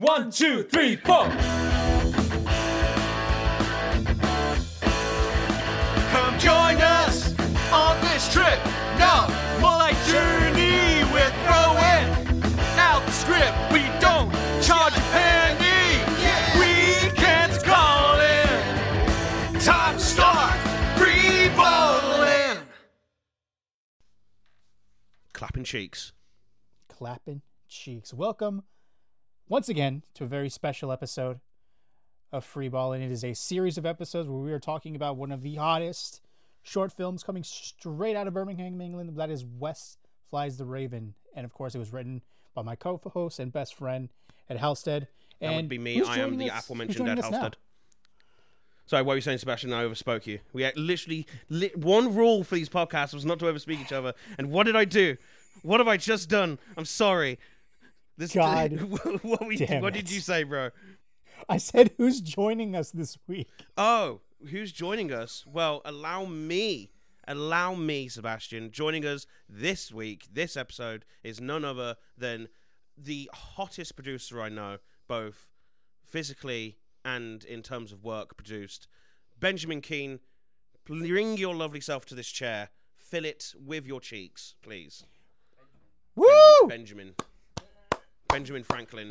one, two, three, four. Come join us on this trip. No, more like journey. We're throwing out the script. We don't charge a penny. Weekends calling. Top star free bowling. clapping cheeks. clapping cheeks. Welcome once again to a very special episode of Free Ball, and it is a series of episodes where we are talking about one of the hottest short films coming straight out of Birmingham, England. That is West Flies the Raven, and of course, it was written by my co-host and best friend Ed Halstead. That And would be me. who's I am joining the us- who's aforementioned joining Ed us now? Halstead. Sorry, what were you saying, Sebastian? I overspoke you. We had literally li- one rule for these podcasts was not to overspeak each other. And what did I do? What have I just done? I'm sorry. This God what, we, damn what it. did you say, bro? I said, "Who's joining us this week?" Oh, who's joining us? Well, allow me, allow me, Sebastian. Joining us this week, this episode is none other than the hottest producer I know, both physically and in terms of work produced. Benjamin Keane, bring your lovely self to this chair. Fill it with your cheeks, please. Woo! Benjamin. Benjamin Franklin.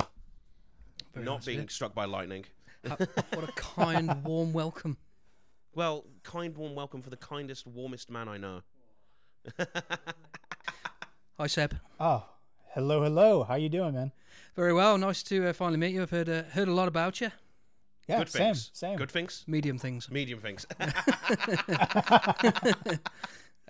not being struck by lightning. What a kind, warm welcome. Well, kind, warm welcome for the kindest, warmest man I know. Hi, Seb. Oh, hello, hello. How you doing, man? Very well. Nice to uh, finally meet you. I've heard uh, heard a lot about you. Yeah, Good same, things. same. Good things. Medium things. Medium things.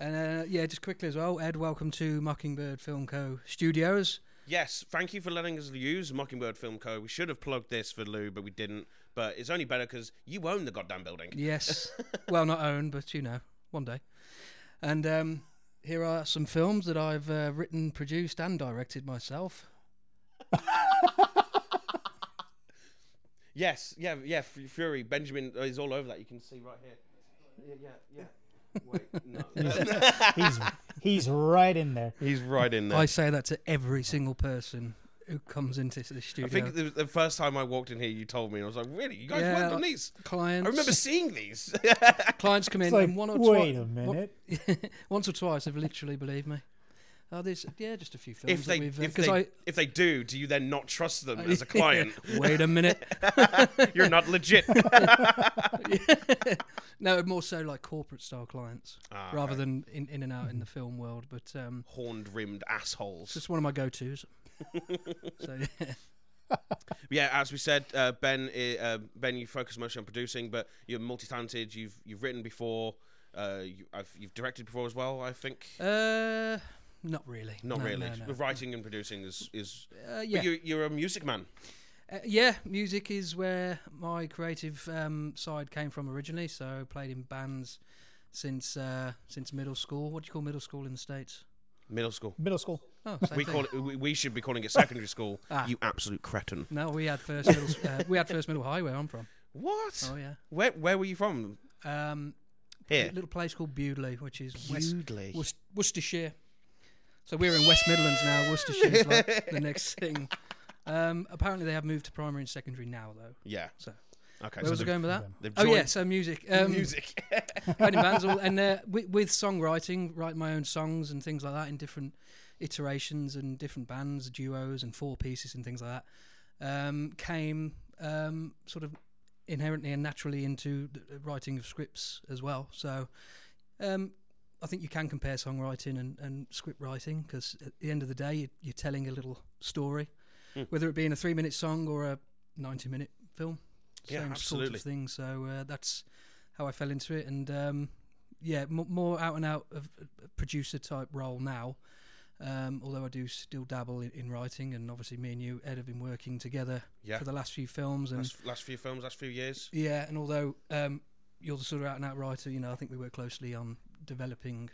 And uh, yeah, just quickly as well, Ed, welcome to Mockingbird Film Co. Studios. yes, thank you for letting us use Mockingbird Film Co. We should have plugged this for Lou, but we didn't. But it's only better because you own the goddamn building. Yes. well, not owned, but you know, one day. And um, here are some films that I've uh, written, produced, and directed myself. Yes, yeah, yeah. F- Fury Benjamin uh, is all over that. You can see right here. Yeah, yeah, yeah. Wait, no. He's he's right in there. He's right in there. I I, say that to every single person who comes into the studio. think the, the first time I walked in here, you told me, and I was like, "Really? You guys Yeah, worked on like these?" clients. I remember seeing these. clients come in It's like, and one or wait twi- a one- minute. once or twice have literally believed me. Oh, there's yeah, just a few films if they that we've if because they I if they do, do you then not trust them as a client? Wait a minute. You're not legit. no, more so like corporate style clients Ah, rather than in, in and out in the film world. But um, Horned rimmed assholes. it's just one of my go tos. so yeah. yeah, as we said, uh, Ben, i- uh, Ben, you focus mostly on producing, but you're multi-talented. You've you've written before. Uh, you, I've, you've directed before as well. I think Uh, not really. not No, really. no, no. But Writing and producing is is. Uh, But yeah. you, you're a music man. Uh, yeah, music is where my creative um, side came from originally. So I played in bands since uh, since middle school. What do you call middle school in the states? Middle school. Middle school. Oh, same We thing. call it. We we should be calling it secondary school. Ah. You absolute cretin. No, we had first middle. s- uh, we had first middle high where I'm from. What? Oh, yeah. Where Where were you from? Um, Here. A little place called Bewdley, which is Bewdley. West, West, Worcestershire. So we're in West Midlands now. Worcestershire's like the next thing. Um, apparently, they have moved to primary and secondary now, though. Yeah. So Okay. where was I they've- going with that? they've Oh yeah, joined- so music. Um, Music. played in bands all, and uh, with, with songwriting, write my own songs and things like that in different iterations and different bands, duos and four pieces and things like that. Um, came um, sort of inherently and naturally into the writing of scripts as well. So um, I think you can compare songwriting and, and script writing because at the end of the day, you, you're telling a little story, Hmm. whether it be in a three minute song or a 90 minute film. Yeah, Same sort absolutely. of thing. So uh, that's how I fell into it. And um, yeah, m- more out and out of a producer type role now. Um, although I do still dabble in, in writing, and obviously me and you, Ed, have been working together Yeah. for the last few films, and last, last few films, last few years. yeah, and although um, you're the sort of out and out writer, you know, I think we work closely on developing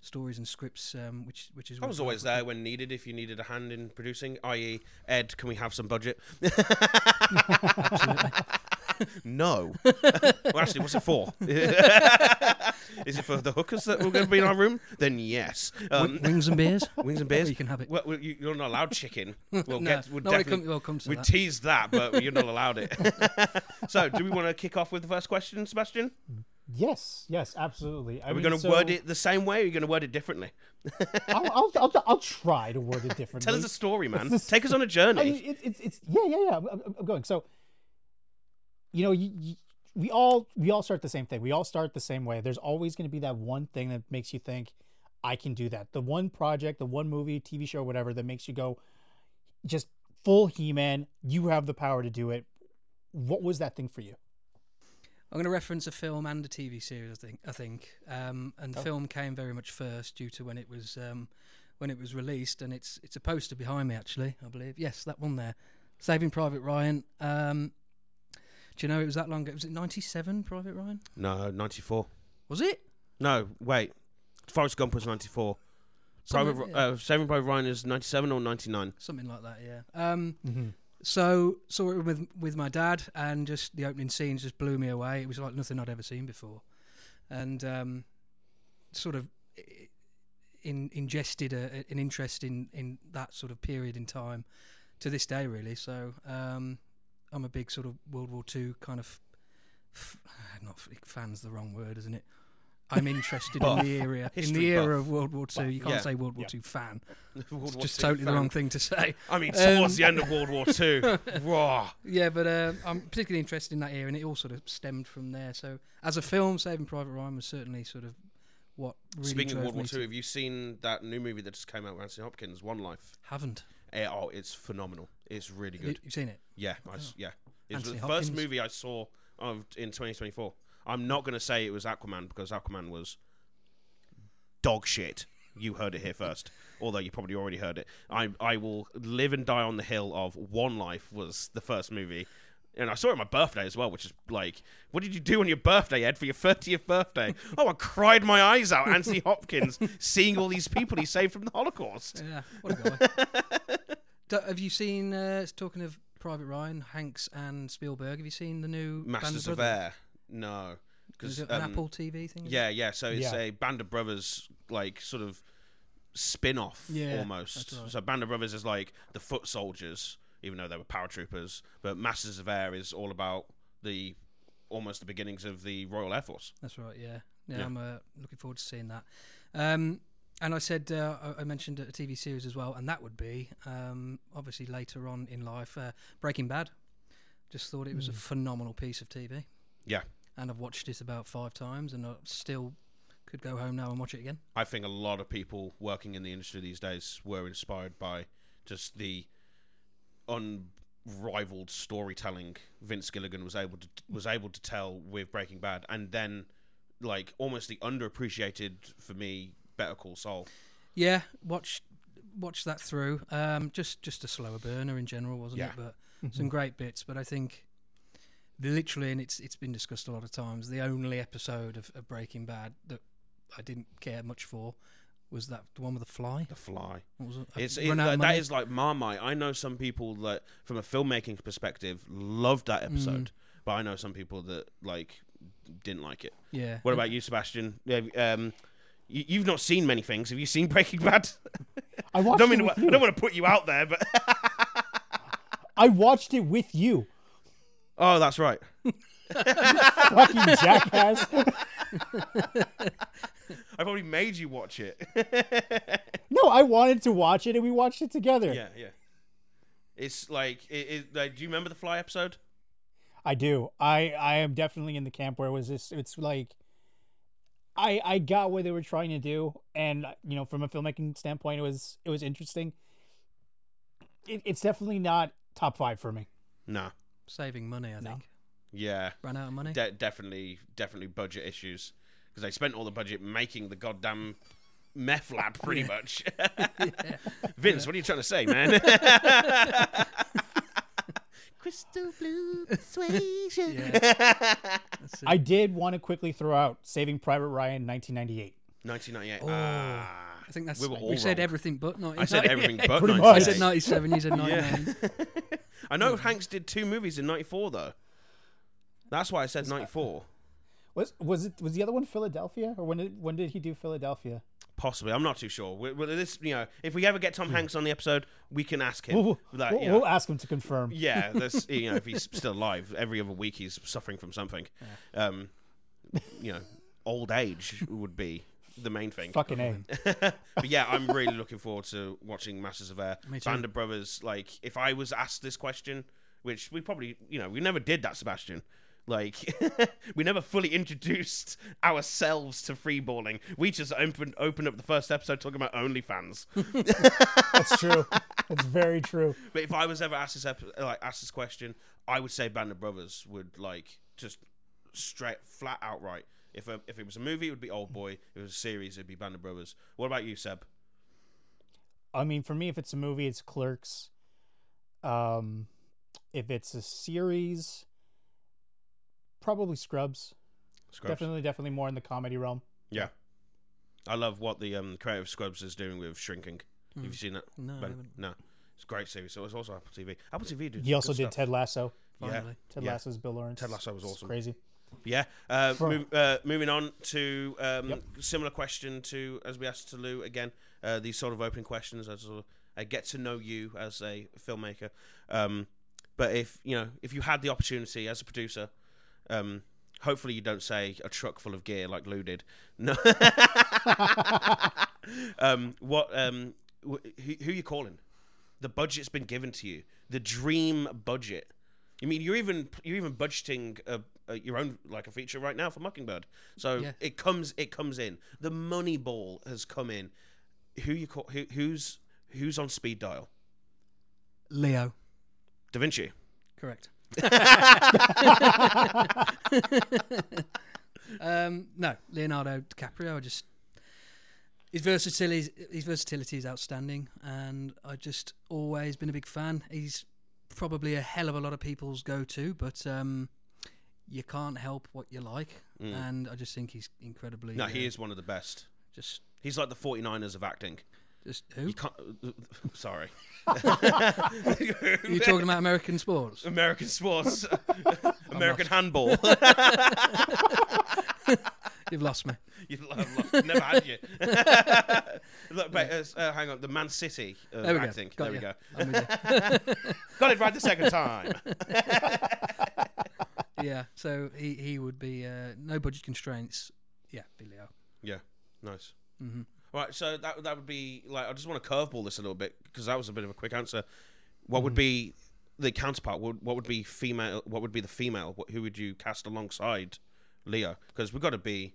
stories and scripts, um, which which is. I was always there when needed. If you needed a hand in producing, i.e., Ed, can we have some budget? no. well, actually, what's it for? Is it for the hookers that were going to be in our room? Then yes. Um, Wings and beers. wings and beers. you can have it. Well, well, you- you're not allowed chicken. No, We'll get. We'll no, when it definitely. come- we'll come to we that. teased that, but you're not allowed it. so, do we want to kick off with the first question, Sebastian? Yes, yes, absolutely. I Are we mean, going to so word it the same way? Or are you going to word it differently? I'll, I'll, I'll, I'll try to word it differently. Tell us a story, man. It's the Take us on a I journey. mean, it, it's it's yeah yeah yeah. I'm, I'm- I'm going. So, you know, you, you, we all we all start the same thing. We all start the same way. There's always going to be that one thing that makes you think, I can do that. The one project, the one movie, TV show, whatever that makes you go, just full He-Man. You have the power to do it. What was that thing for you? I'm going to reference a film and a TV series. I think. I think. Um, and the film came very much first due to when it was um, when it was released, and it's it's a poster behind me actually. I believe. Yes, that one there, Saving Private Ryan. Um, do you know it was that long ago? Was it '97? Private Ryan? No, 94. Was it? No, wait. Forrest Gump was 94. Private, Something like- uh, Saving Private Ryan is 97 or 99. something like that. Yeah. Um, Mm-hmm. So saw it with with my dad, and just the opening scenes just blew me away. It was like nothing I'd ever seen before, and um, sort of i- in, ingested a, a- an interest in in that sort of period in time to this day, really. So um, I'm a big sort of World War Two kind of f- not f- fans. The wrong word, isn't it? I'm interested in the era in History the era buff. of World War Two. You can't Yeah. say World War Two fan. World It's War just II totally the wrong fan. thing to say. I mean, Um, towards the end of World War Two. Raw. Yeah, but uh, I'm particularly interested in that era, and it all sort of stemmed from there. So, as a film, Saving Private Ryan was certainly sort of what really Speaking drove of World War me to- Two, have you seen that new movie that just came out with Anthony Hopkins, One Life? Haven't Eh, oh, it's phenomenal. It's really you, good. you've seen it? yeah, I s yeah. It was Anthony the first Hopkins. movie I saw of, in 2024. I'm not going to say it was Aquaman because Aquaman was dog shit. You heard it here first, although you probably already heard it. I I will live and die on the hill of One Life was the first movie. And I saw it on my birthday as well, which is like, what did you do on your birthday, Ed, for your 30th birthday? oh, I cried my eyes out, Anthony Hopkins, seeing all these people he saved from the Holocaust. Yeah, what a guy. Do, have you seen? Uh, it's talking of Private Ryan, Hanks, and Spielberg. Have you seen the new Masters Band of of Brothers? Air. No. Is Because um, it an Apple TV thing? Yeah, yeah. So it's Yeah. a Band of Brothers like sort of spin off Yeah, almost. that's right. So Band of Brothers is like the foot soldiers, even though they were paratroopers. But Masters of Air is all about the almost the beginnings of the Royal Air Force. That's right. Yeah. Yeah, I'm uh, looking forward to seeing that. Um, and I said uh, I- I mentioned a TV series as well, and that would be um, obviously later on in life, uh, Breaking Bad. Just thought it was a phenomenal piece of TV, Yeah. and I've watched it about five times, and I still could go home now and watch it again. I think a lot of people working in the industry these days were inspired by just the unrivaled storytelling Vince Gilligan was able to was able to tell with Breaking Bad, and then like almost the underappreciated for me Better Call Saul. Yeah, watch watch that through. Um, just just a slower burner in general, wasn't Yeah. Mm-hmm. it? But some great bits. But I think literally, and it's it's been discussed a lot of times. The only episode of, of Breaking Bad that I didn't care much for was that the one with the fly? The Fly. What was it? I It's it, run out of that money. is like Marmite. I know some people that, from a filmmaking perspective, loved that episode, but I know some people that like didn't like it. Yeah. What about you, Sebastian? Yeah, Um, you, you've not seen many things. Have you seen Breaking Bad? I I watched don't it mean with to- you. I don't want to put you out there, but I watched it with you, oh, that's right. fucking jackass. I probably made you watch it. No, I wanted to watch it, and we watched it together. yeah, yeah. It's like, it, it, like, do you remember the Fly episode? I do. I I am definitely in the camp where it was this. It's like I I got what they were trying to do, and you know, from a filmmaking standpoint, it was it was interesting. It, it's definitely not top five for me. Nah. Saving money, I think. Yeah. Ran out of money. De- definitely, definitely budget issues because they spent all the budget making the goddamn meth lab, pretty much. Vince, what are you trying to say, man? Crystal blue persuasion. I did want to quickly throw out Saving Private Ryan, 1998. 1998. Ah, Oh, I think that's we were all said wrong. everything but not. I said everything but Pretty much. I said 98. 97. You said 99. I know Hanks did two movies in '94 though. That's why I said '94. Was was it was the other one Philadelphia or when did when did he do Philadelphia? Possibly, I'm not too sure. We, we, this, you know, if we ever get Hmm. Tom Hanks on the episode, we can ask him. We'll, Like, we'll- you know, we'll ask him to confirm. yeah, that's you know, if he's still alive, every other week he's suffering from something. Um, you know, old age would be the main thing. Fucking a. but yeah, I'm really looking forward to watching Masters of Air. Me too. Band of Brothers, like, if I was asked this question, which we probably, you know, we never did that, Sebastian. Like, we never fully introduced ourselves to freeballing. We just opened opened up the first episode talking about OnlyFans. That's true. That's very true. but if I was ever asked this ep- like asked this question, I would say Band of Brothers would like just straight flat outright. If a, if it was a movie, it would be Old Boy. If it was a series, it'd be Band of Brothers. What about you, Seb? I mean, for me, if it's a movie, it's Clerks. Um, if it's a series, probably Scrubs. Scrubs? Definitely, definitely more in the comedy realm. Yeah. I love what the um, creative Scrubs is doing with shrinking. Have Hmm. you seen that? No, I Ben? haven't. no. It's a great series. So it's also Apple TV. Apple TV did. He some also good did stuff. Ted Lasso. Finally. Ted Yeah. Lasso's Bill Lawrence. Ted Lasso was It's awesome. Crazy. Yeah. Uh, From- move, uh, moving on to um, similar question to as we asked to Lou again. Uh, these sort of open questions as sort of, I get to know you as a filmmaker. Um, but if you know if you had the opportunity as a producer, um, hopefully you don't say a truck full of gear like Lou did. No. um, what? Um, wh- who, who you calling? The budget's been given to you. The dream budget. You mean you're even you're even budgeting a, a, your own like a feature right now for Mockingbird. So Yeah. it comes it comes in. The money ball has come in. Who you call? Who, who's who's on speed dial? Leo. Da Vinci. Correct. um, no, Leonardo DiCaprio. I just his versatility, his versatility is outstanding, and I've just always been a big fan. He's probably a hell of a lot of people's go-to, but um, you can't help what you like, and I just think he's incredibly. Mm. No, he uh, is one of the best. just He's like the 49ers of acting. just who You can't. Sorry. you talking about American sports? American sports, American handball. You've lost me. you love, love, never had you. Look, but, uh, s- uh, hang on, the Man City of There we acting. go. Got there we you. go. I'm with you. Got it right the second time. yeah, so he, he would be uh, no budget constraints. Yeah, be Leo. Yeah, nice. Mm-hmm. Right, so that that would be like I just want to curveball this a little bit because that was a bit of a quick answer. What would Mm-hmm. be the counterpart? What, what would be female? What would be the female? What, who would you cast alongside Leo? Because we've got to be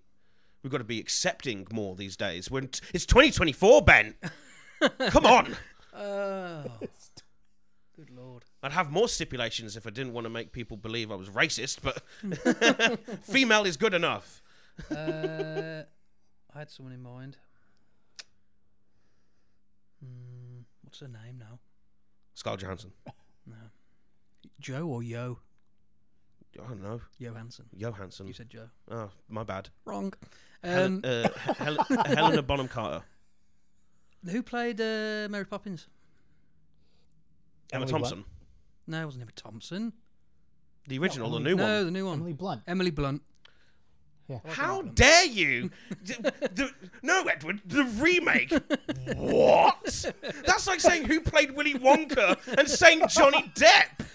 we've got to be accepting more these days. When t- it's 2024, Ben, come on. Oh, good lord. I'd have more stipulations if I didn't want to make people believe I was racist, but female is good enough. Uh, I had someone in mind. Mm, what's her name now? Scarlett Johansson. Joe or Yo? I don't know. Johansson. Johansson. You said Joe. Oh, my bad. Wrong. Hel- Um, uh, Hel- Helena Bonham Carter. Who played uh, Mary Poppins? Emma Emily Thompson. Blunt. No, it wasn't Emma Thompson. The original, the Emily- new Oh, no, one. the new one. Emily Blunt. Emily Blunt. How dare you? D- the- no, Edward, the remake. what? That's like saying who played Willy Wonka and saying Johnny Depp. Oh.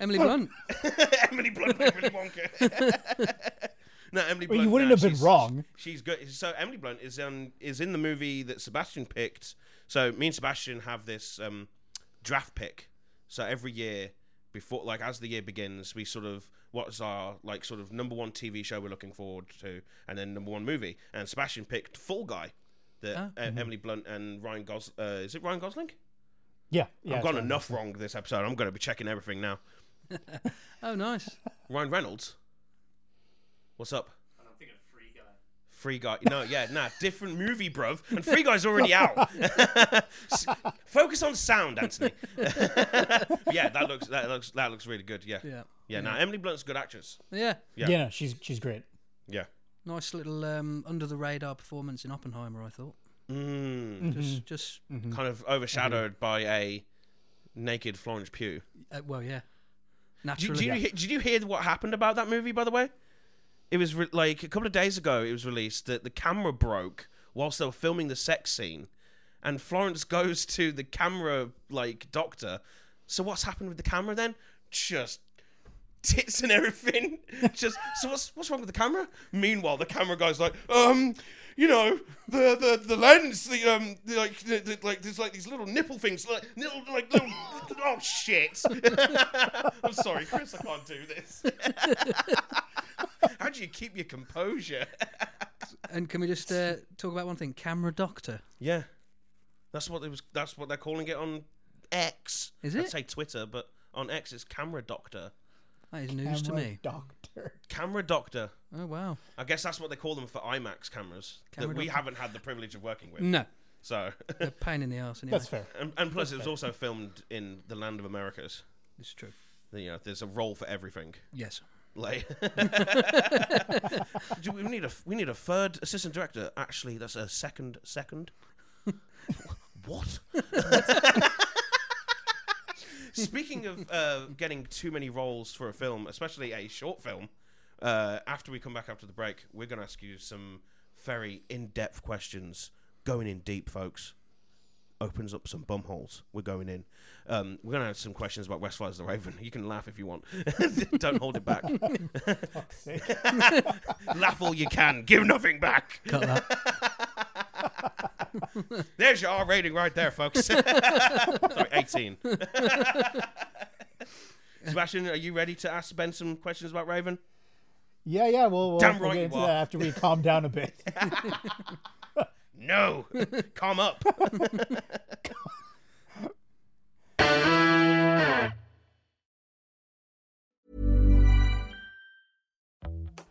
Emily Blunt. Emily Blunt played Willy Wonka. no, Emily Blunt. Well, you wouldn't no, have been she's- wrong. She's good. So Emily Blunt is um is in the movie that Sebastian picked. So me and Sebastian have this um draft pick. So every year before like as the year begins, we sort of what's our like sort of number one TV show we're looking forward to and then number one movie. And Sebastian picked Fall Guy. That Ah. uh, mm-hmm. Emily Blunt and Ryan Gos uh, is it Ryan Gosling? Yeah, yeah. I've it's gone right. enough wrong this episode. I'm going to be checking everything now. Oh, nice. Ryan Reynolds. What's up? Free Guy. No, yeah, nah, different movie, bruv. And Free Guy's already out. S- Focus on sound, Anthony. yeah, that looks that looks that looks really good. Yeah, Yeah. yeah. Now Emily Blunt's a good actress. Yeah. Yeah. Yeah, no, she's she's great. Yeah. Nice little um, under the radar performance in Oppenheimer, I thought. Mm, Just, just Kind of overshadowed by a naked Florence Pugh. uh, well, yeah. Did, you- Naturally. did, you, he- did you hear what happened about that movie, by the way? It was re- like a couple of days ago, it was released that the camera broke whilst they were filming the sex scene. And Florence goes to the camera, like, doctor. So, what's happened with the camera then? Just tits and everything. Just so what's what's wrong with the camera? Meanwhile, the camera guy's like, um, you know, the the, the lens, the um, the, like the, the, like there's like these little nipple things, like little like little. oh shit! I'm sorry, Chris, I can't do this. How do you keep your composure? And can we just uh, talk about one thing? Camera Doctor. Yeah, that's what it was. That's what they're calling it on X. Is I'd it? say Twitter, but on X it's Camera Doctor. That is news to Camera me. Doctor. Camera Doctor. Oh, wow. I guess that's what they call them for IMAX cameras Camera that we Doctor. haven't had the privilege of working with. No. So, A pain in the arse, anyway. That's fair. and, and plus, it was also filmed in the land of Americas. It's true. You know, there's a role for everything. Yes. Like, Do we need a we need a third assistant director. Actually, that's a second second. what? Speaking of uh, getting too many roles for a film, especially a short film, uh, after we come back after the break, we're going to ask you some very in-depth questions, going in deep, folks. Opens up some bum holes. We're going in. Um, we're going to have some questions about Westfire's the Raven. You can laugh if you want. Don't hold it back. Fuck's sake. laugh all you can. Give nothing back. Cut that. There's your R rating right there, folks. Sorry, 18. Sebastian, are you ready to ask Ben some questions about Raven? Yeah, yeah. Well, we'll, Damn we'll right get you into are. that after we calm down a bit. No. Calm up.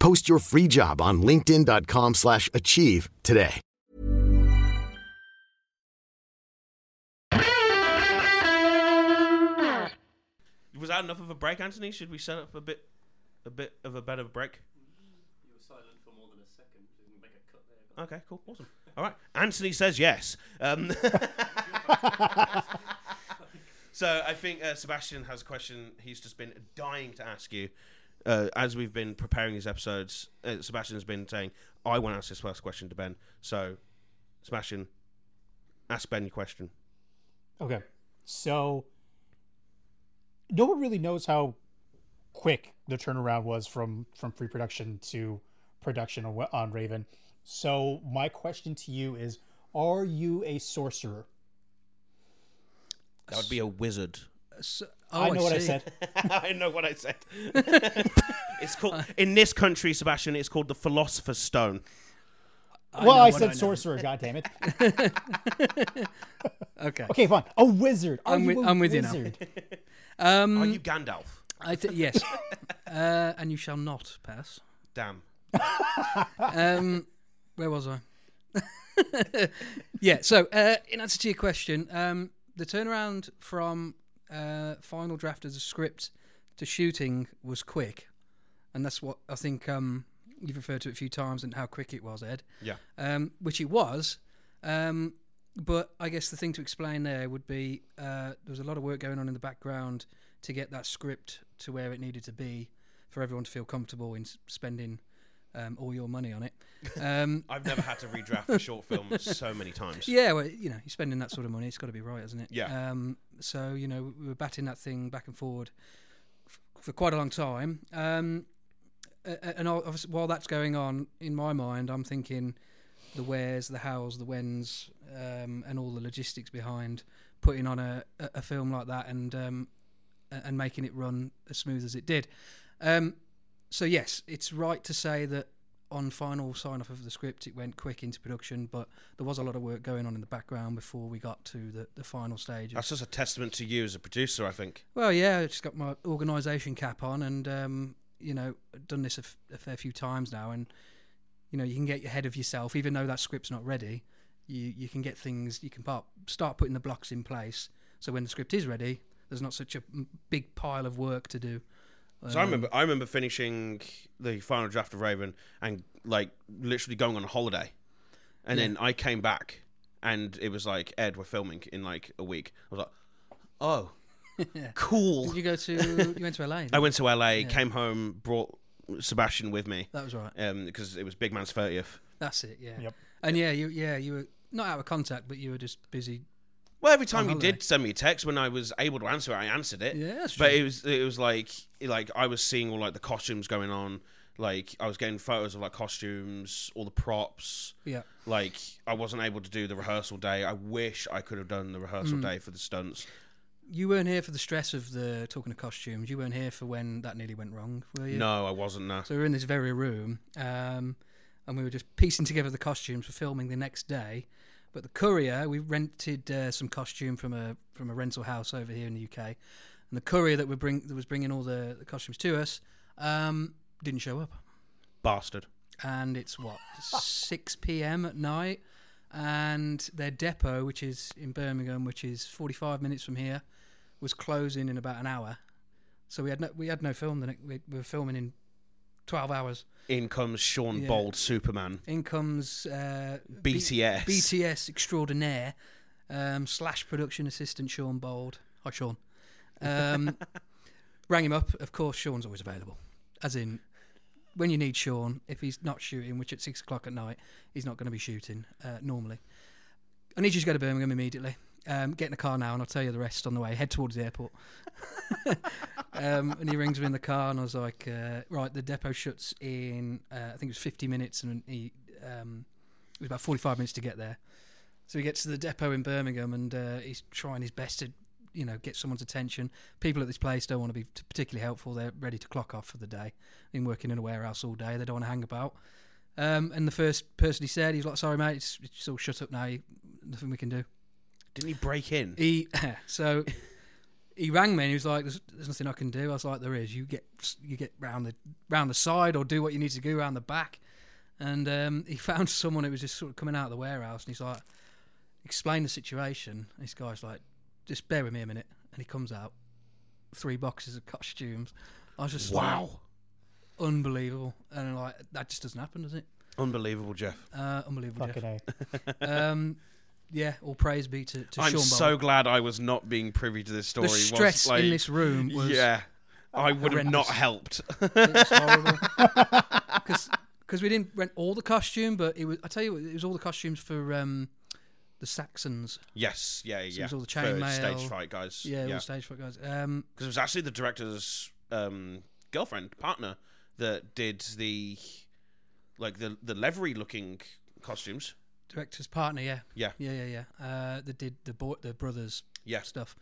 Post your free job on linkedin.com/achieve slash achieve today. Was that enough of a break, Anthony? Should we set up a bit a bit of a better break? You were silent for more than a second. Make a cut there. Okay, cool. Awesome. All right. Anthony says yes. Um, so I think uh, Sebastian has a question he's just been dying to ask you. Uh, as we've been preparing these episodes, uh, Sebastian's been saying, I want to ask this first question to Ben. So, Sebastian, ask Ben your question. Okay. So no one really knows how quick the turnaround was from from pre-production to production on, on Raven. So my question to you is: Are you a sorcerer? That would be a wizard. So, I know what I Oh, see. said. I know what I said. it's called in this country, Sebastian. It's called the Philosopher's Stone. well, know I what said I know. sorcerer. God damn it. Okay. Okay, fine. A wizard. Are I'm you with- a I'm with you now. wizard? Mm. Are you Gandalf? I th- yes. uh, and you shall not pass. Damn. Um, where was I? yeah. So, uh, in answer to your question, um, the turnaround from uh, final draft as a script to shooting was quick, and that's what I think um, you've referred to it a few times and how quick it was, Ed. Yeah. Um, which it was. Um, but I guess the thing to explain there would be uh, there was a lot of work going on in the background to get that script to where it needed to be for everyone to feel comfortable in s- spending um, all your money on it. Um, I've never had to redraft a short film so many times. yeah, well, you know, you're spending that sort of money. It's got to be right, hasn't it? Yeah. Um, so you know, we were batting that thing back and forward f- for quite a long time. Um, a- a- and I'll- obvious- while that's going on in my mind, I'm thinking the wheres, the hows, the whens, um, and all the logistics behind putting on a, a a film like that and um, a- and making it run as smooth as it did. Um, so yes, it's right to say that on final sign off of the script, it went quick into production, but there was a lot of work going on in the background before we got to the, the final stage. That's just a testament to you as a producer, I think. Well, yeah, I just got my organisation cap on, and um, you know, done this a, f- a fair few times now, and you know, you can get ahead of yourself, even though that script's not ready. You you can get things, you can part, start putting the blocks in place, so when the script is ready, there's not such a m- big pile of work to do. So I remember, I remember finishing the final draft of Raven and like literally going on a holiday, and then I came back and it was like Ed, we're filming in like a week. I was like, oh, cool. You go to you went to LA. I went to LA, came home, brought Sebastian with me That was right. because it was Big Man's thirtieth. That's it. Yeah. Yep. And yeah, you yeah you were not out of contact, but you were just busy. Well, every time On you holiday. did send me a text when I was able to answer it, I answered it. Yeah, that's but true. it was it was like like I was seeing all like the costumes going on. Like I was getting photos of like costumes, all the props. Yeah. Like I wasn't able to do the rehearsal day. I wish I could have done the rehearsal day for the stunts. You weren't here for the stress of the talking of costumes. You weren't here for when that nearly went wrong, were you? No, I wasn't. Nah. So we were in this very room, um, and we were just piecing together the costumes for filming the next day. But the courier, we rented uh, some costume from a from a rental house over here in the UK, and the courier that, we bring, that was bringing all the, the costumes to us um, didn't show up. Bastard. and it's what 6 p.m. at night, and their depot, which is in Birmingham, which is 45 minutes from here, was closing in about an hour. So we had no we had no film. The next, we we were filming in 12 hours. In comes Sean Yeah. Bold, Superman. In comes uh, B- BTS. BTS extraordinaire um, slash production assistant Sean Bold. Hi Sean. Um, rang him up. Of course, Sean's always available. As in, when you need Sean, if he's not shooting, which at six o'clock at night he's not going to be shooting uh, normally. I need you to go to Birmingham immediately. Um, get in the car now, and I'll tell you the rest on the way. Head towards the airport. um, and he rings me in the car, and I was like, uh, "Right, the depot shuts in. Uh, I think it was 50 minutes, and he um, it was about 45 minutes to get there. So he gets to the depot in Birmingham, and uh, he's trying his best to, you know, get someone's attention. People at this place don't want to be t- particularly helpful. They're ready to clock off for the day. Been working in a warehouse all day. They don't want to hang about. Um, and the first person he said, he was like, "Sorry, mate, it's, it's all shut up now. You- Nothing we can do." Didn't he break in? He so he rang me and he was like, there's, "There's nothing I can do." I was like, "There is. You get you get round the round the side or do what you need to do round the back." And um, he found someone who was just sort of coming out of the warehouse, and he's like, "Explain the situation." And this guy's like, "Just bear with me a minute," and he comes out, three boxes of costumes. I was just wow, unbelievable, and like that just doesn't happen, does it? Unbelievable, Jeff. Uh, unbelievable. Jeff. Fucking a. Um, yeah, all praise be to, to I'm Sean Bolt. so glad I was not being privy to this story. the whilst, stress like- in this room was yeah, I would have not horrendous. helped. it was horrible because we didn't rent all the costume, but it was I tell you what, it was all the costumes for um, the Saxons. Yes, yeah, So yeah. it was all the for chainmail, stage fright guys. Yeah, all stage fright guys. Um, because it was actually the director's um, girlfriend, partner, that did the like the the livery looking costumes. director's partner. Yeah. Yeah. Yeah, yeah, yeah. Uh, that did the boy, the brothers. Yeah. Stuff.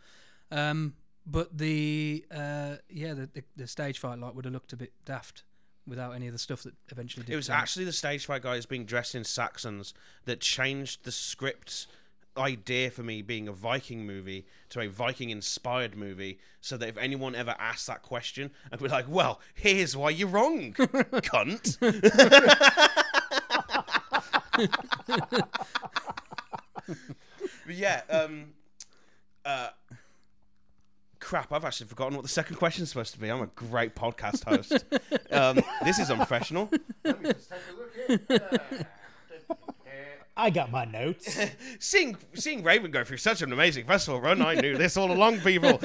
Um, but the uh, yeah, the, the the stage fight light would have looked a bit daft without any of the stuff that eventually did. It was come out. actually the stage fright guys being dressed in Saxons that changed the script idea for me being a Viking movie to a Viking inspired movie so that if anyone ever asked that question I'd be like, Well, here's why you're wrong, cunt. but yeah, um uh Crap, I've actually forgotten what the second question's supposed to be. I'm a great podcast host. um, this is unprofessional. I got my notes. seeing seeing Raven go through such an amazing festival run, I knew this all along, people.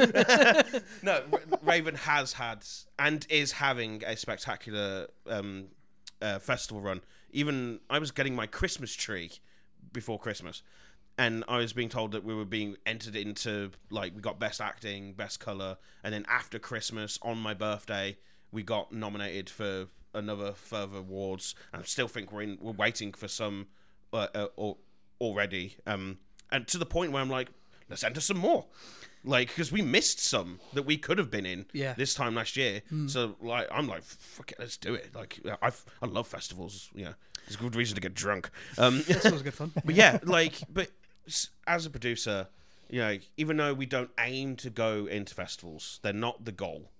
no, Ra- Raven has had and is having a spectacular um, uh, festival run. Even I was getting my Christmas tree before Christmas, and I was being told that we were being entered into like we got best acting, best color, and then after Christmas on my birthday we got nominated for another further awards. I still think we're in, we're waiting for some uh, uh, al- already, um, and to the point where I'm like, let's enter some more. Like, because we missed some that we could have been in Yeah. this time last year. So, like, I'm like, fuck it, let's do it. Like, I I love festivals. Yeah, it's a good reason to get drunk. Um, That was good fun. but yeah, like, but s- as a producer, you know, even though we don't aim to go into festivals, they're not the goal.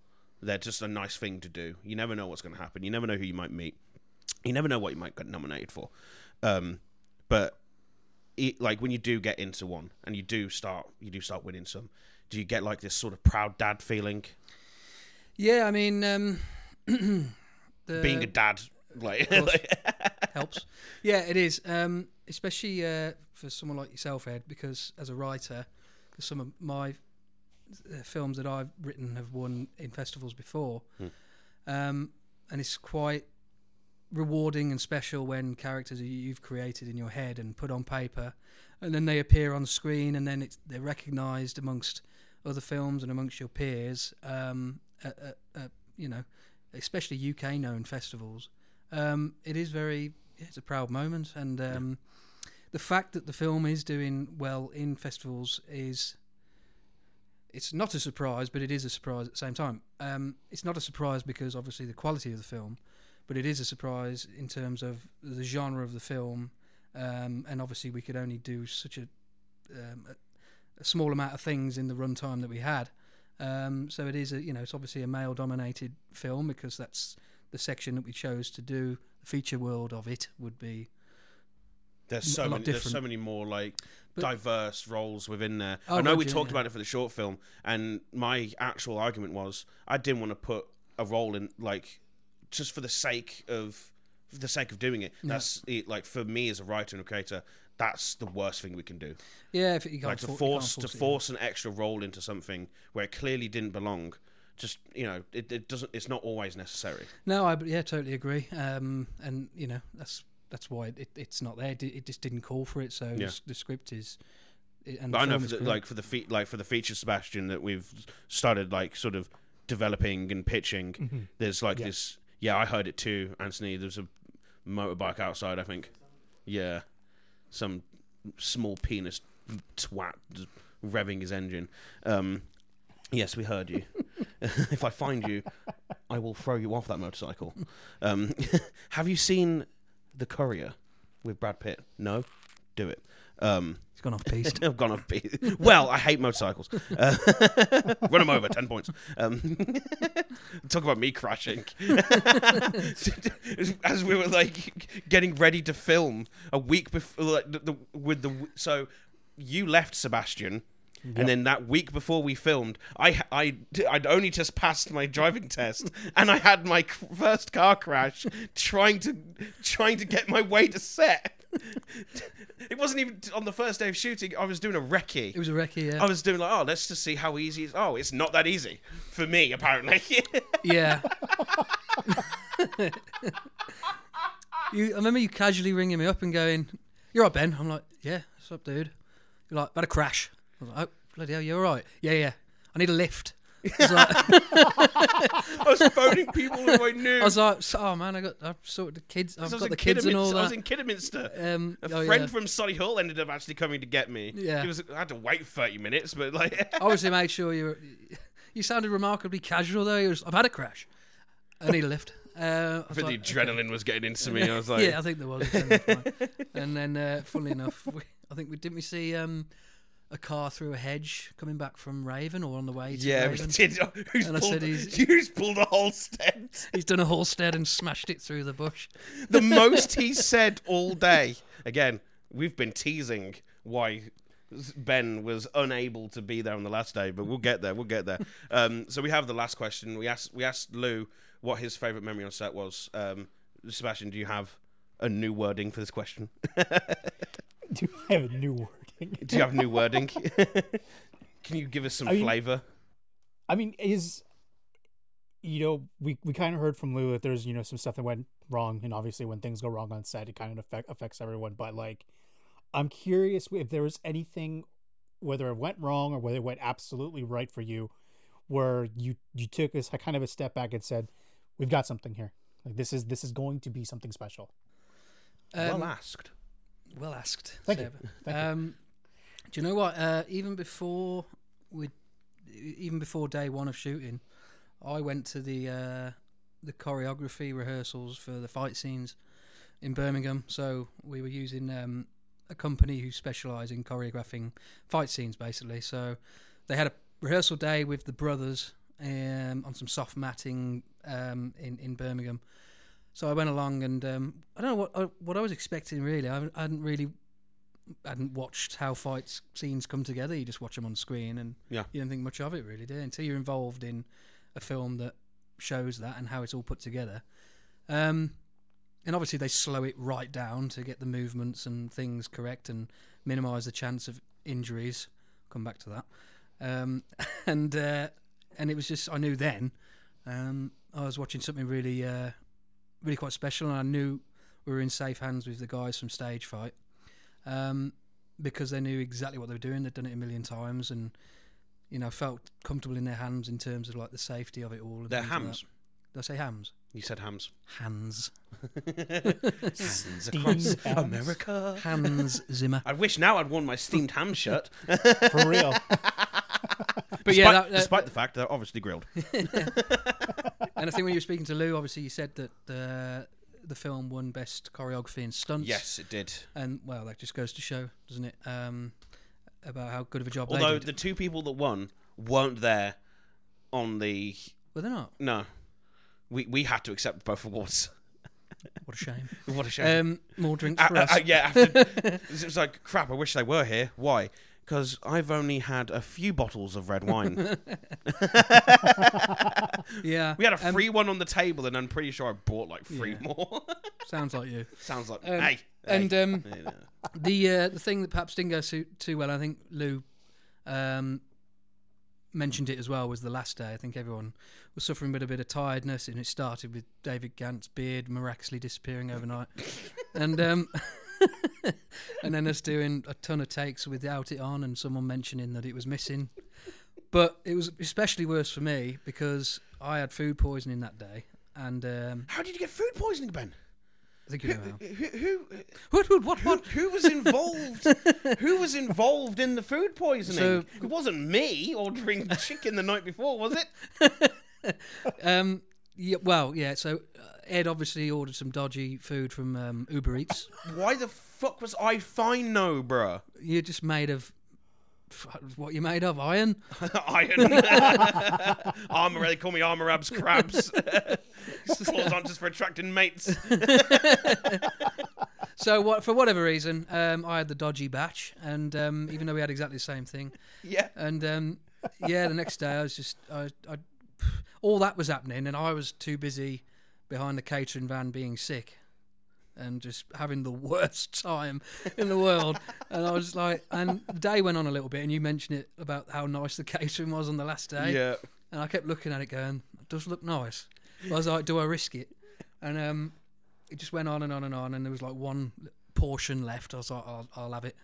They're just a nice thing to do. You never know what's going to happen. You never know who you might meet. You never know what you might get nominated for. Um, but it, like when you do get into one and you do start, you do start winning some. Do you get like this sort of proud dad feeling? Yeah, I mean, um, the Being a dad, like, helps. Yeah, it is, um, especially uh, for someone like yourself, Ed, because as a writer, 'cause some of my uh, films that I've written have won in festivals before, um, and it's quite rewarding and special when characters that you've created in your head and put on paper, and then they appear on screen, and then it's, they're recognised amongst other films and amongst your peers. Um, at, at, at, you know, especially UK known festivals. Um, it is very. It's a proud moment, and um, the fact that the film is doing well in festivals is. It's not a surprise, but it is a surprise at the same time. Um, it's not a surprise because obviously the quality of the film, but it is a surprise in terms of the genre of the film, um, and obviously we could only do such a um, a, a small amount of things in the runtime that we had. Um, so it is, a, you know, it's obviously a male-dominated film because that's the section that we chose to do. The feature world of it would be There's M- so a lot many. There's so different. many more like But- diverse roles within there. Oh, I know God, we yeah, talked yeah. about it for the short film, and my actual argument was I didn't want to put a role in like just for the sake of for the sake of doing it. That's it, like for me as a writer and a creator, that's the worst thing we can do. yeah. If you can't like to for- you force, can't it, to yeah. force an extra role into something where it clearly didn't belong. Just you know, it, it doesn't. It's not always necessary. No, I yeah, totally agree. Um, and you know that's that's why it, it's not there. It, it just didn't call for it. So the Yeah. s- the script is. it- And But the I know film for is the, great. like for the fe- like for the feature Sebastian that we've started like sort of developing and pitching. Mm-hmm. There's like this. Yeah, I heard it too, Anthony. There's a motorbike outside. I think. Yeah, some small penis twat just revving his engine. Um, yes, we heard you. if I find you, I will throw you off that motorcycle. Um, have you seen The Courier with Brad Pitt? No, do it. Um, it's gone off piste. I've gone off beat. Well, I hate motorcycles. Uh, run them over, 10 points. Um, talk about me crashing. As we were like getting ready to film a week before, like, the, the, with the. So you left, Sebastian. And then that week before we filmed, I I I'd only just passed my driving test, and I had my c- first car crash trying to trying to get my way to set. It wasn't even on the first day of shooting. I was doing a recce. it was a recce. Yeah. I was doing like, oh, let's just see how easy. It's. Oh, it's not that easy for me apparently. Yeah. you, I remember you casually ringing me up and going, "You're right, Ben." I'm like, "Yeah, what's up, dude?" You're like, had a crash. I was like, oh, bloody hell, you're all right. Yeah, yeah. I need a lift. I was like, I was phoning people who I knew. I was like, so- oh man, I got, I've sorted the kids, I've I got was in the kids and all Kidderminster- that. I was in Kidderminster. Um, a oh, friend yeah. from Surrey Hill ended up actually coming to get me. Yeah. Oh, It was, I had to wait 30 minutes, but like. Obviously, made sure you were, you sounded remarkably casual though. You was, I've had a crash. I need a lift. Uh, I I was think the like, adrenaline was getting into me. I was like, yeah, I think there was. adrenaline, fine. and then, uh, funnily enough, we, I think we didn't we see um, a car through a hedge coming back from Raven or on the way to yeah, we Raven. did. Who's And I pulled, said he's- who's pulled a whole step? He's done a Halstead and smashed it through the bush. the most he said all day. Again, we've been teasing why Ben was unable to be there on the last day, but we'll get there. We'll get there. Um, so we have the last question. We asked we asked Lou what his favorite memory on set was. Um, Sebastian, do you have a new wording for this question? Do I have a new wording? do you have new wording? Can you give us some I mean- flavor? I mean, is you know, we we kind of heard from Lou that there's you know some stuff that went wrong, and obviously when things go wrong on set, it kind of affect, affects everyone. But like, I'm curious if there was anything, whether it went wrong or whether it went absolutely right for you, where you you took this kind of a step back and said, "We've got something here. Like this is this is going to be something special." Um, well asked. Well asked. Thank you. Seb. Thank you. um, Do you know what? Uh, even before we, even before day one of shooting, I went to the uh, the choreography rehearsals for the fight scenes in Birmingham. So we were using um, a company who specialise in choreographing fight scenes, basically. So they had a rehearsal day with the brothers um, on some soft matting um, in in Birmingham. So I went along, and um, I don't know what uh, what I was expecting really. I, I hadn't really hadn't watched how fight scenes come together. You just watch them on screen, and Yeah. you don't think much of it really, do you? Until you're involved in a film that shows that and how it's all put together. Um, and obviously they slow it right down to get the movements and things correct and minimise the chance of injuries. Come back to that. Um, and uh, and it was just I knew then um, I was watching something really uh, really quite special, and I knew we were in safe hands with the guys from Stage Fight um, because they knew exactly what they were doing. They'd done it a million times, and you know felt comfortable in their hands in terms of like the safety of it all. and Their things like hams. that. Did I say hams? You said hams. Hands. Hands across hams. America. Hans Zimmer. I wish now I'd worn my steamed ham shirt. For real. But despite, yeah, that- that- despite the fact they're obviously grilled. and I think when you were speaking to Lou, obviously you said that the the film won best choreography and stunts. yes, it did. And well, that just goes to show, doesn't it? Um, about how good of a job Although they the did. two people that won weren't there on the Were they not? no, we we had to accept both awards. What a shame. What a shame. um, more drinks Uh, for uh, us. uh, yeah, after, it was like crap. I wish they were here. Why? Because I've only had a few bottles of red wine. Yeah. we had a um, free one on the table, and I'm pretty sure I bought like three more. sounds like you. Sounds like Um, hey, hey. and um, You know. the uh, the thing that perhaps didn't go too, too well, I think Lou um, mentioned it as well, was the last day. I think everyone was suffering with a bit of tiredness, and it started with David Gant's beard miraculously disappearing overnight, and um, and then us doing a ton of takes without it on, and someone mentioning that it was missing. But it was especially worse for me because I had food poisoning that day, and um, how did you get food poisoning, Ben? I think you know how. Who who What? What? What? who, what? who was involved? who was involved in the food poisoning? it wasn't me ordering chicken the night before, was it? Um, yeah, well, yeah. So uh, Ed obviously ordered some dodgy food from um, Uber Eats. Why the fuck was I fine no, bruh? You're just made of f- what you're made of, iron. Iron. Armor, they call me armor abs crabs. Claws aren't just for attracting mates. So what? For whatever reason, um, I had the dodgy batch, and um, even though we had exactly the same thing, Yeah. and um, yeah, the next day I was just I, I all that was happening, and I was too busy behind the catering van being sick and just having the worst time in the world. and I was like, and the day went on a little bit, and you mentioned it about how nice the catering was on the last day. Yeah. And I kept looking at it, going, it does look nice. I was like, do I risk it? And um, it just went on and on and on, and there was like one portion left. I was like, I'll, I'll have it.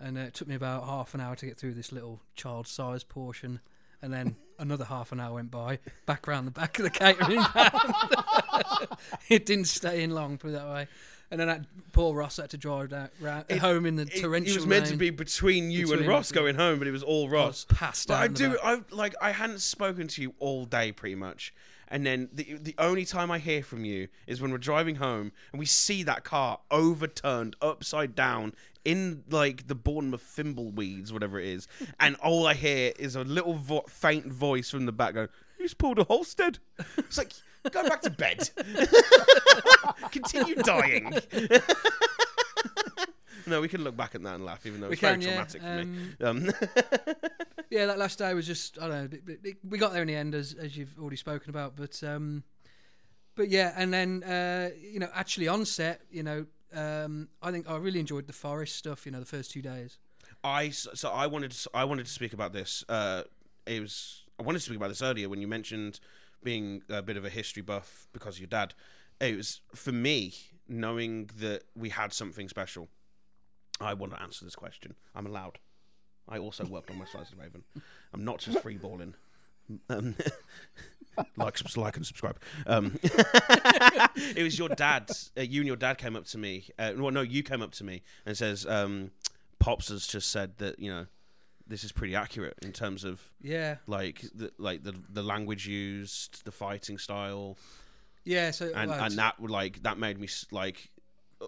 and uh, it took me about half an hour to get through this little child-sized portion, and then another half an hour went by back round the back of the catering van. it didn't stay in long, put it that way. And then that poor Ross had to drive out, ra- home in the It- torrential. It was meant to rain. be between you and Between us, Ross yeah. going home, but it was all Ross. passed But out I in the do. back. I like. I hadn't spoken to you all day, pretty much. And then the the only time I hear from you is when we're driving home and we see that car overturned upside down in like the Bournemouth thimbleweeds, whatever it is. And all I hear is a little vo- faint voice from the back going, "Who's pulled a Holstead?" It's like go back to bed. Continue dying. no, we can look back at that and laugh, even though We it's can, very yeah. traumatic for me. Um, yeah, that last day was just I don't know. it- it- it- we got there in the end, as as you've already spoken about, but um, but yeah, and then uh, you know, actually on set, you know, um, I think I really enjoyed the forest stuff. You know, the first two days. I so I wanted to, I wanted to speak about this. Uh, it was I wanted to speak about this earlier when you mentioned being a bit of a history buff because of your dad. It was for me knowing that we had something special. I want to answer this question. I'm allowed. I also worked on West Slides of Raven. I'm not just free balling. Um, like, subs- like, and subscribe. Um, it was your dad. Uh, you and your dad came up to me. Uh, well, no, you came up to me and says, um, "Pops has just said that you know this is pretty accurate in terms of Yeah, like the, like the the language used, the fighting style, yeah. So and well, and that would, like that made me s- like."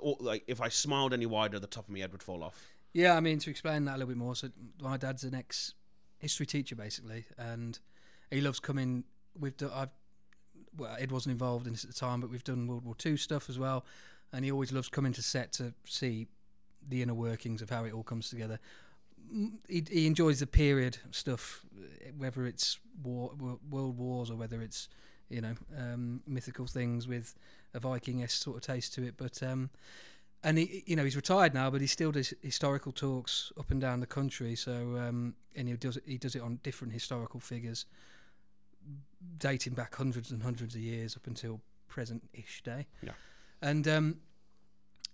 Or, like if I smiled any wider, the top of my head would fall off. Yeah, I mean to explain that a little bit more. So my dad's an ex history teacher basically, and he loves coming. We've done. I've well, Ed wasn't involved in this at the time, but we've done World War Two stuff as well, and he always loves coming to set to see the inner workings of how it all comes together. Mm, He, he enjoys the period stuff, eh, whether it's war, wo- world wars or whether it's you know um, mythical things with a Viking esque sort of taste to it. But um, and he, you know, he's retired now, but he still does historical talks up and down the country. So, um, and he does he does it on different historical figures, dating back hundreds and hundreds of years up until present-ish day. Yeah. and um,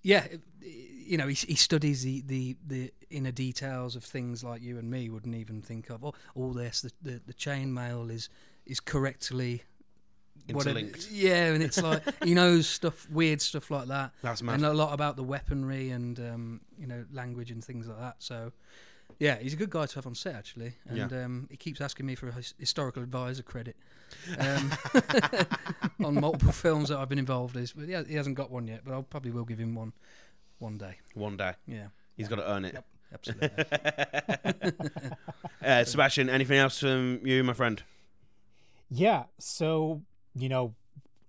yeah, it- you know, he, he studies the, the the inner details of things like you and me wouldn't even think of. Oh, all this the the, the chainmail is is correctly. whatever- Interlinked. yeah, and it's like he knows stuff, weird stuff like that That's mad. and a lot about the weaponry and um, you know language and things like that. So yeah, he's a good guy to have on set actually, and um, he keeps asking me for a his- historical advisor credit um, on multiple films that I've been involved in. But yeah, he hasn't got one yet, but I will probably will give him one one day. One day, Yeah, he's got to earn it. absolutely. Uh, Sebastian, anything else from you, my friend? Yeah. So, you know,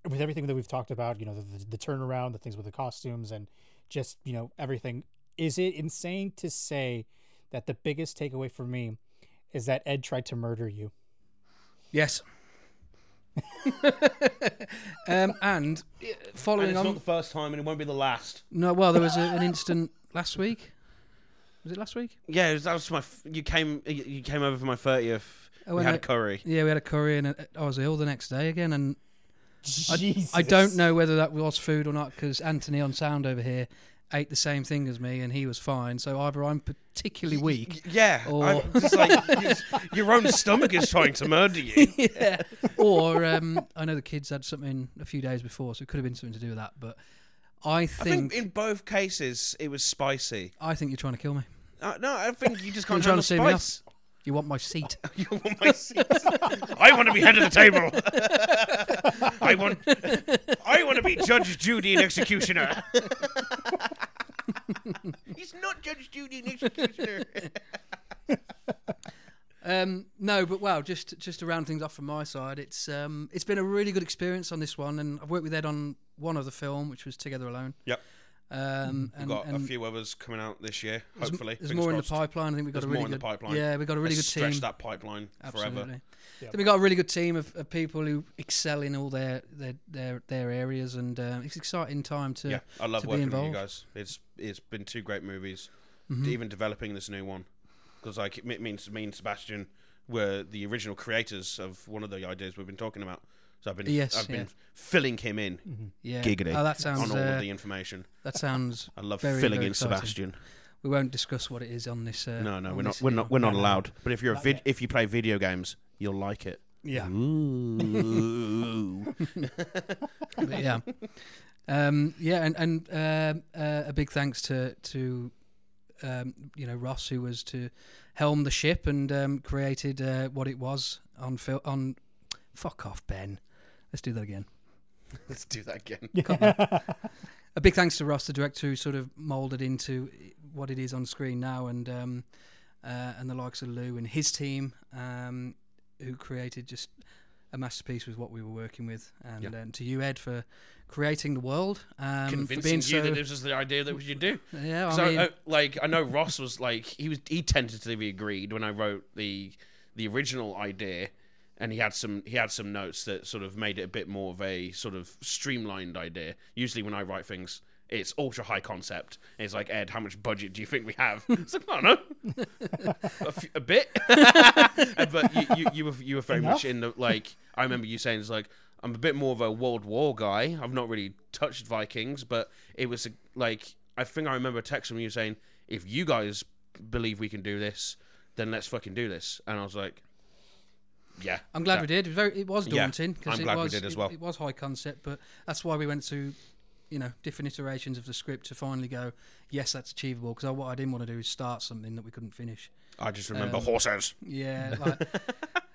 with everything that we've talked about, you know, the, the, the turnaround, the things with the costumes, and just, you know, everything, is it insane to say that the biggest takeaway for me is that Ed tried to murder you? yes. um, and uh, And following it's on, not the first time, and it won't be the last. no, well, there was a, an incident last week. Was it last week? Yeah, it was, that was my. F- you came. You you came over for my thirtieth. Oh, we and had I- curry. Yeah, we had a curry, and uh, I was ill the next day again. And Jesus. I don't know whether that was food or not because Anthony on sound over here ate the same thing as me, and he was fine. So either I'm particularly weak, Yeah, Or- I'm just like it's- your own stomach is trying to murder you. yeah, or um, I know the kids had something a few days before, so it could have been something to do with that. But I I think think I think, in both cases it was spicy. you're trying to kill me. Uh, no, I think you just can't You're trying handle to see me off. spice. You want my seat? You want my seat. I want to be head of the table. I want. I want to be Judge Judy and executioner. He's not Judge Judy and executioner. Um, no, but well, just just to round things off from my side, it's um, it's been a really good experience on this one, and I've worked with Ed on one other film, which was Together Alone. Yep. Um, and, Mm-hmm. got a and few others coming out this year. there's- Hopefully, there's Fingers more in the crossed. pipeline. I think we've got There's a really more in good the pipeline. Yeah, we've got a really Let's good team. Stretch that pipeline forever. Absolutely. So we've got a really good team of, of people who excel in all their their their, their areas, and um, it's an exciting time to Yeah, I love to be working with involved. Mm-hmm. you guys. It's it's been two great movies. Even developing this new one, because like it me- means me and Sebastian were the original creators of one of the ideas we've been talking about. So I've been Yes, I've been yeah. filling him in Yeah. Giggity. Oh, that sounds on all uh, of the information. that sounds. I love very, filling very in exciting. Sebastian. we won't discuss what it is on this. Uh, No, no, on we're not. this We're here. not. We're No, not no, no. allowed. But if you're a vid- if you play video games, you'll like it. Yeah, Ooh. but yeah, um, yeah, and and um uh, a big thanks to to um, you know Ross who was to helm the ship and um, created uh, what it was on fil- on. Fuck off, Ben. Let's do that again. Let's do that again. a big thanks to Ross, the director, who sort of molded into what it is on screen now, and um, uh, and the likes of Lou and his team, um, who created just a masterpiece with what we were working with, and um, to you, Ed, for creating the world, um, for Convincing being you so that this is the idea that we should do. Yeah, I 'Cause I mean- I- like I know Ross was like he was he tentatively agreed when I wrote the the original idea, and he had some he had some notes that sort of made it a bit more of a sort of streamlined idea. Usually when I write things. It's ultra high concept. It's like Ed, how much budget do you think we have? It's like I don't know, a, few, a bit. Uh, but you, you, you were you were very much in the like. I remember you saying it's like I'm a bit more of a World War guy. I've not really touched Vikings, but it was a, like I think I remember a text from you saying, "If you guys believe we can do this, then let's fucking do this." And I was like, "Yeah, I'm glad that- we did. It was, very, it was Yeah, daunting because I'm it glad we was did as it- well. It, was high concept, but that's why we went to, you know, different iterations of the script to finally go, yes, that's achievable. Because what I didn't want to do is start something that we couldn't finish. I just Um, remember horses. Yeah, like,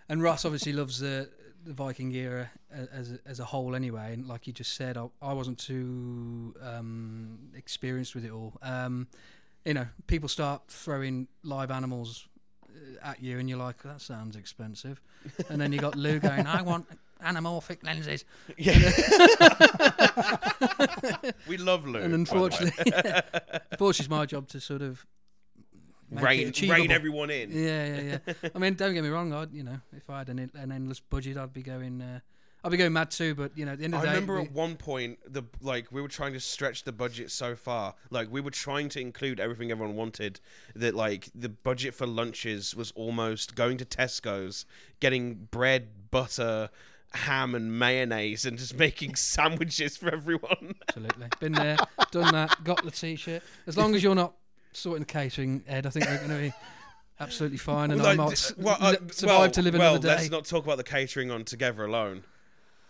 and Ross obviously loves the, the Viking era a- as a, as a whole, anyway. And like you just said, I, I wasn't too um, experienced with it all. Um, you know, people start throwing live animals uh, at you, and you're like, that sounds expensive. And then you got Lou going, I want anamorphic lenses. We love Lou. And unfortunately, unfortunately, it's my job to sort of make it rain rain achievable. everyone in. Yeah, yeah, yeah. I mean, don't get me wrong. I, would you know, if I had an, an endless budget, I'd be going, uh, I'd be going mad too. But you know, at the end of I the day, remember we- at one point the like we were trying to stretch the budget so far. Like we were trying to include everything everyone wanted. That like the budget for lunches was almost going to Tesco's, getting bread, butter, ham, and mayonnaise, and just making sandwiches for everyone. absolutely been there, done that, got the t-shirt. As long as you're not sorting the catering, Ed, I think we're going to be absolutely fine, and I Like, might d- s- well, uh, li- survive well, to live well, another day. let's not talk about the catering on Together Alone.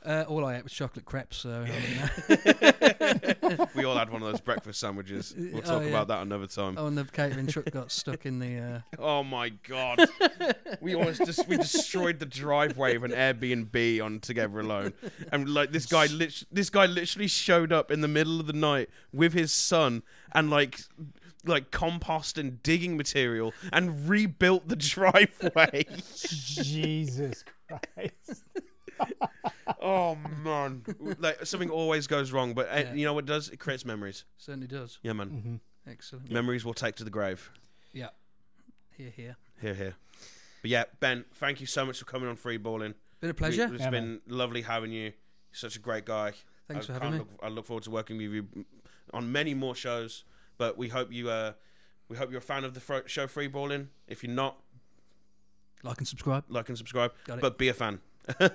Uh, all I ate was chocolate crepes, so I mean, uh, We all had one of those breakfast sandwiches. We'll Oh, talk yeah. about that another time. oh, and the catering truck got stuck in the. Uh, Oh my god. we almost just we destroyed the driveway of an Airbnb on Together Alone. And like this guy lit- this guy literally showed up in the middle of the night with his son and like like compost and digging material and rebuilt the driveway. Jesus Christ. oh man. Like something always goes wrong, but uh, you know what it does? It creates memories. certainly does. Yeah man. Excellent. Memories we'll take to the grave. Yeah. Here, here. Here here. But yeah, Ben, thank you so much for coming on Free Balling. Been a pleasure. It's Yeah, been lovely having you. You're such a great guy. Thanks I for can't having me. look, I look forward to working with you on many more shows. But we hope you, uh, we hope you're a fan of the fro- show Free Balling. If you're not, Like and subscribe. like and subscribe. Got it. But be a fan. uh,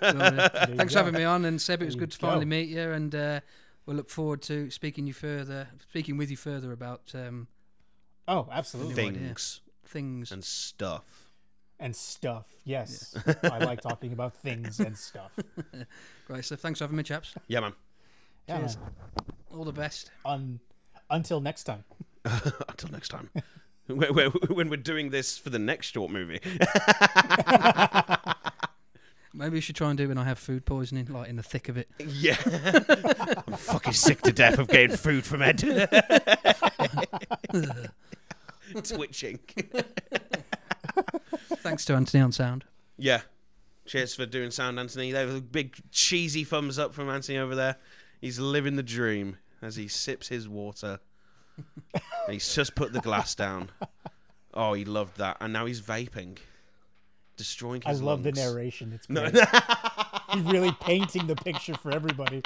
Thanks for having me on, and Seb, it was There good to you finally go. meet you, and uh, we'll look forward to speaking you further, speaking with you further about um, Oh, absolutely. Things things. and stuff. And stuff. Yes. I like talking about things and stuff. Great stuff. Thanks for having me, chaps. Yeah, man. Yeah, Cheers. man. All the best. Un- until next time. Until next time. when, when- when we're doing this for the next short movie. Maybe you should try and do it when I have food poisoning, like in the thick of it. yeah. I'm fucking sick to death of getting food from Ed. Twitching. Thanks to Anthony on sound. Yeah. Cheers for doing sound, Anthony. There was a big cheesy thumbs up from Anthony over there. He's living the dream as he sips his water. And he's just put the glass down. Oh, he loved that. And now he's vaping. Destroying I his love the lungs. narration. It's great. You're really painting the picture for everybody.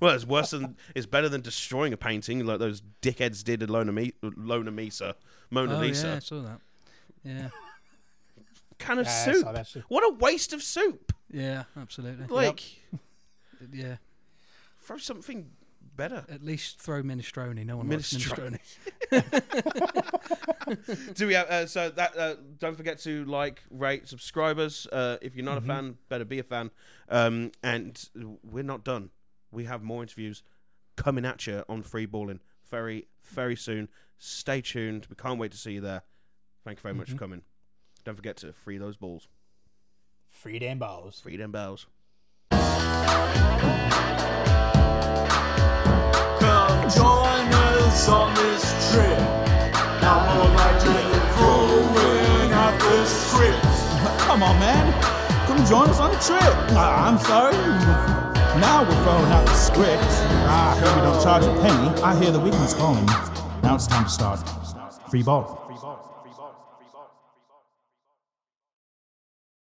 Well, it's worse than it's better than destroying a painting like those dickheads did at Lona, Mi- Lona Misa, Mona Oh Lisa. yeah, I saw that. Yeah, Can of Yeah, I saw soup. that shit. What a waste of soup. yeah, absolutely. Like yeah, throw something better. at least throw minestrone. No one likes Minestrone. minestrone. Do we have, uh, so that uh, don't forget to like, rate, subscribers. Uh, if you're not a fan, better be a fan. Um, and we're not done. We have more interviews coming at you on free balling very, very soon. Stay tuned. We can't wait to see you there. Thank you very much for coming. Don't forget to free those balls. Free damn balls. Free them bells. Come join us on this trip. Now all I do is throwing out the script. Come on, man. Come join us on the trip. Ah, I'm sorry. Now we're throwing out the script. Ah, I hope we don't charge a penny. I hear the weekend's calling. Now it's time to start. Free ball.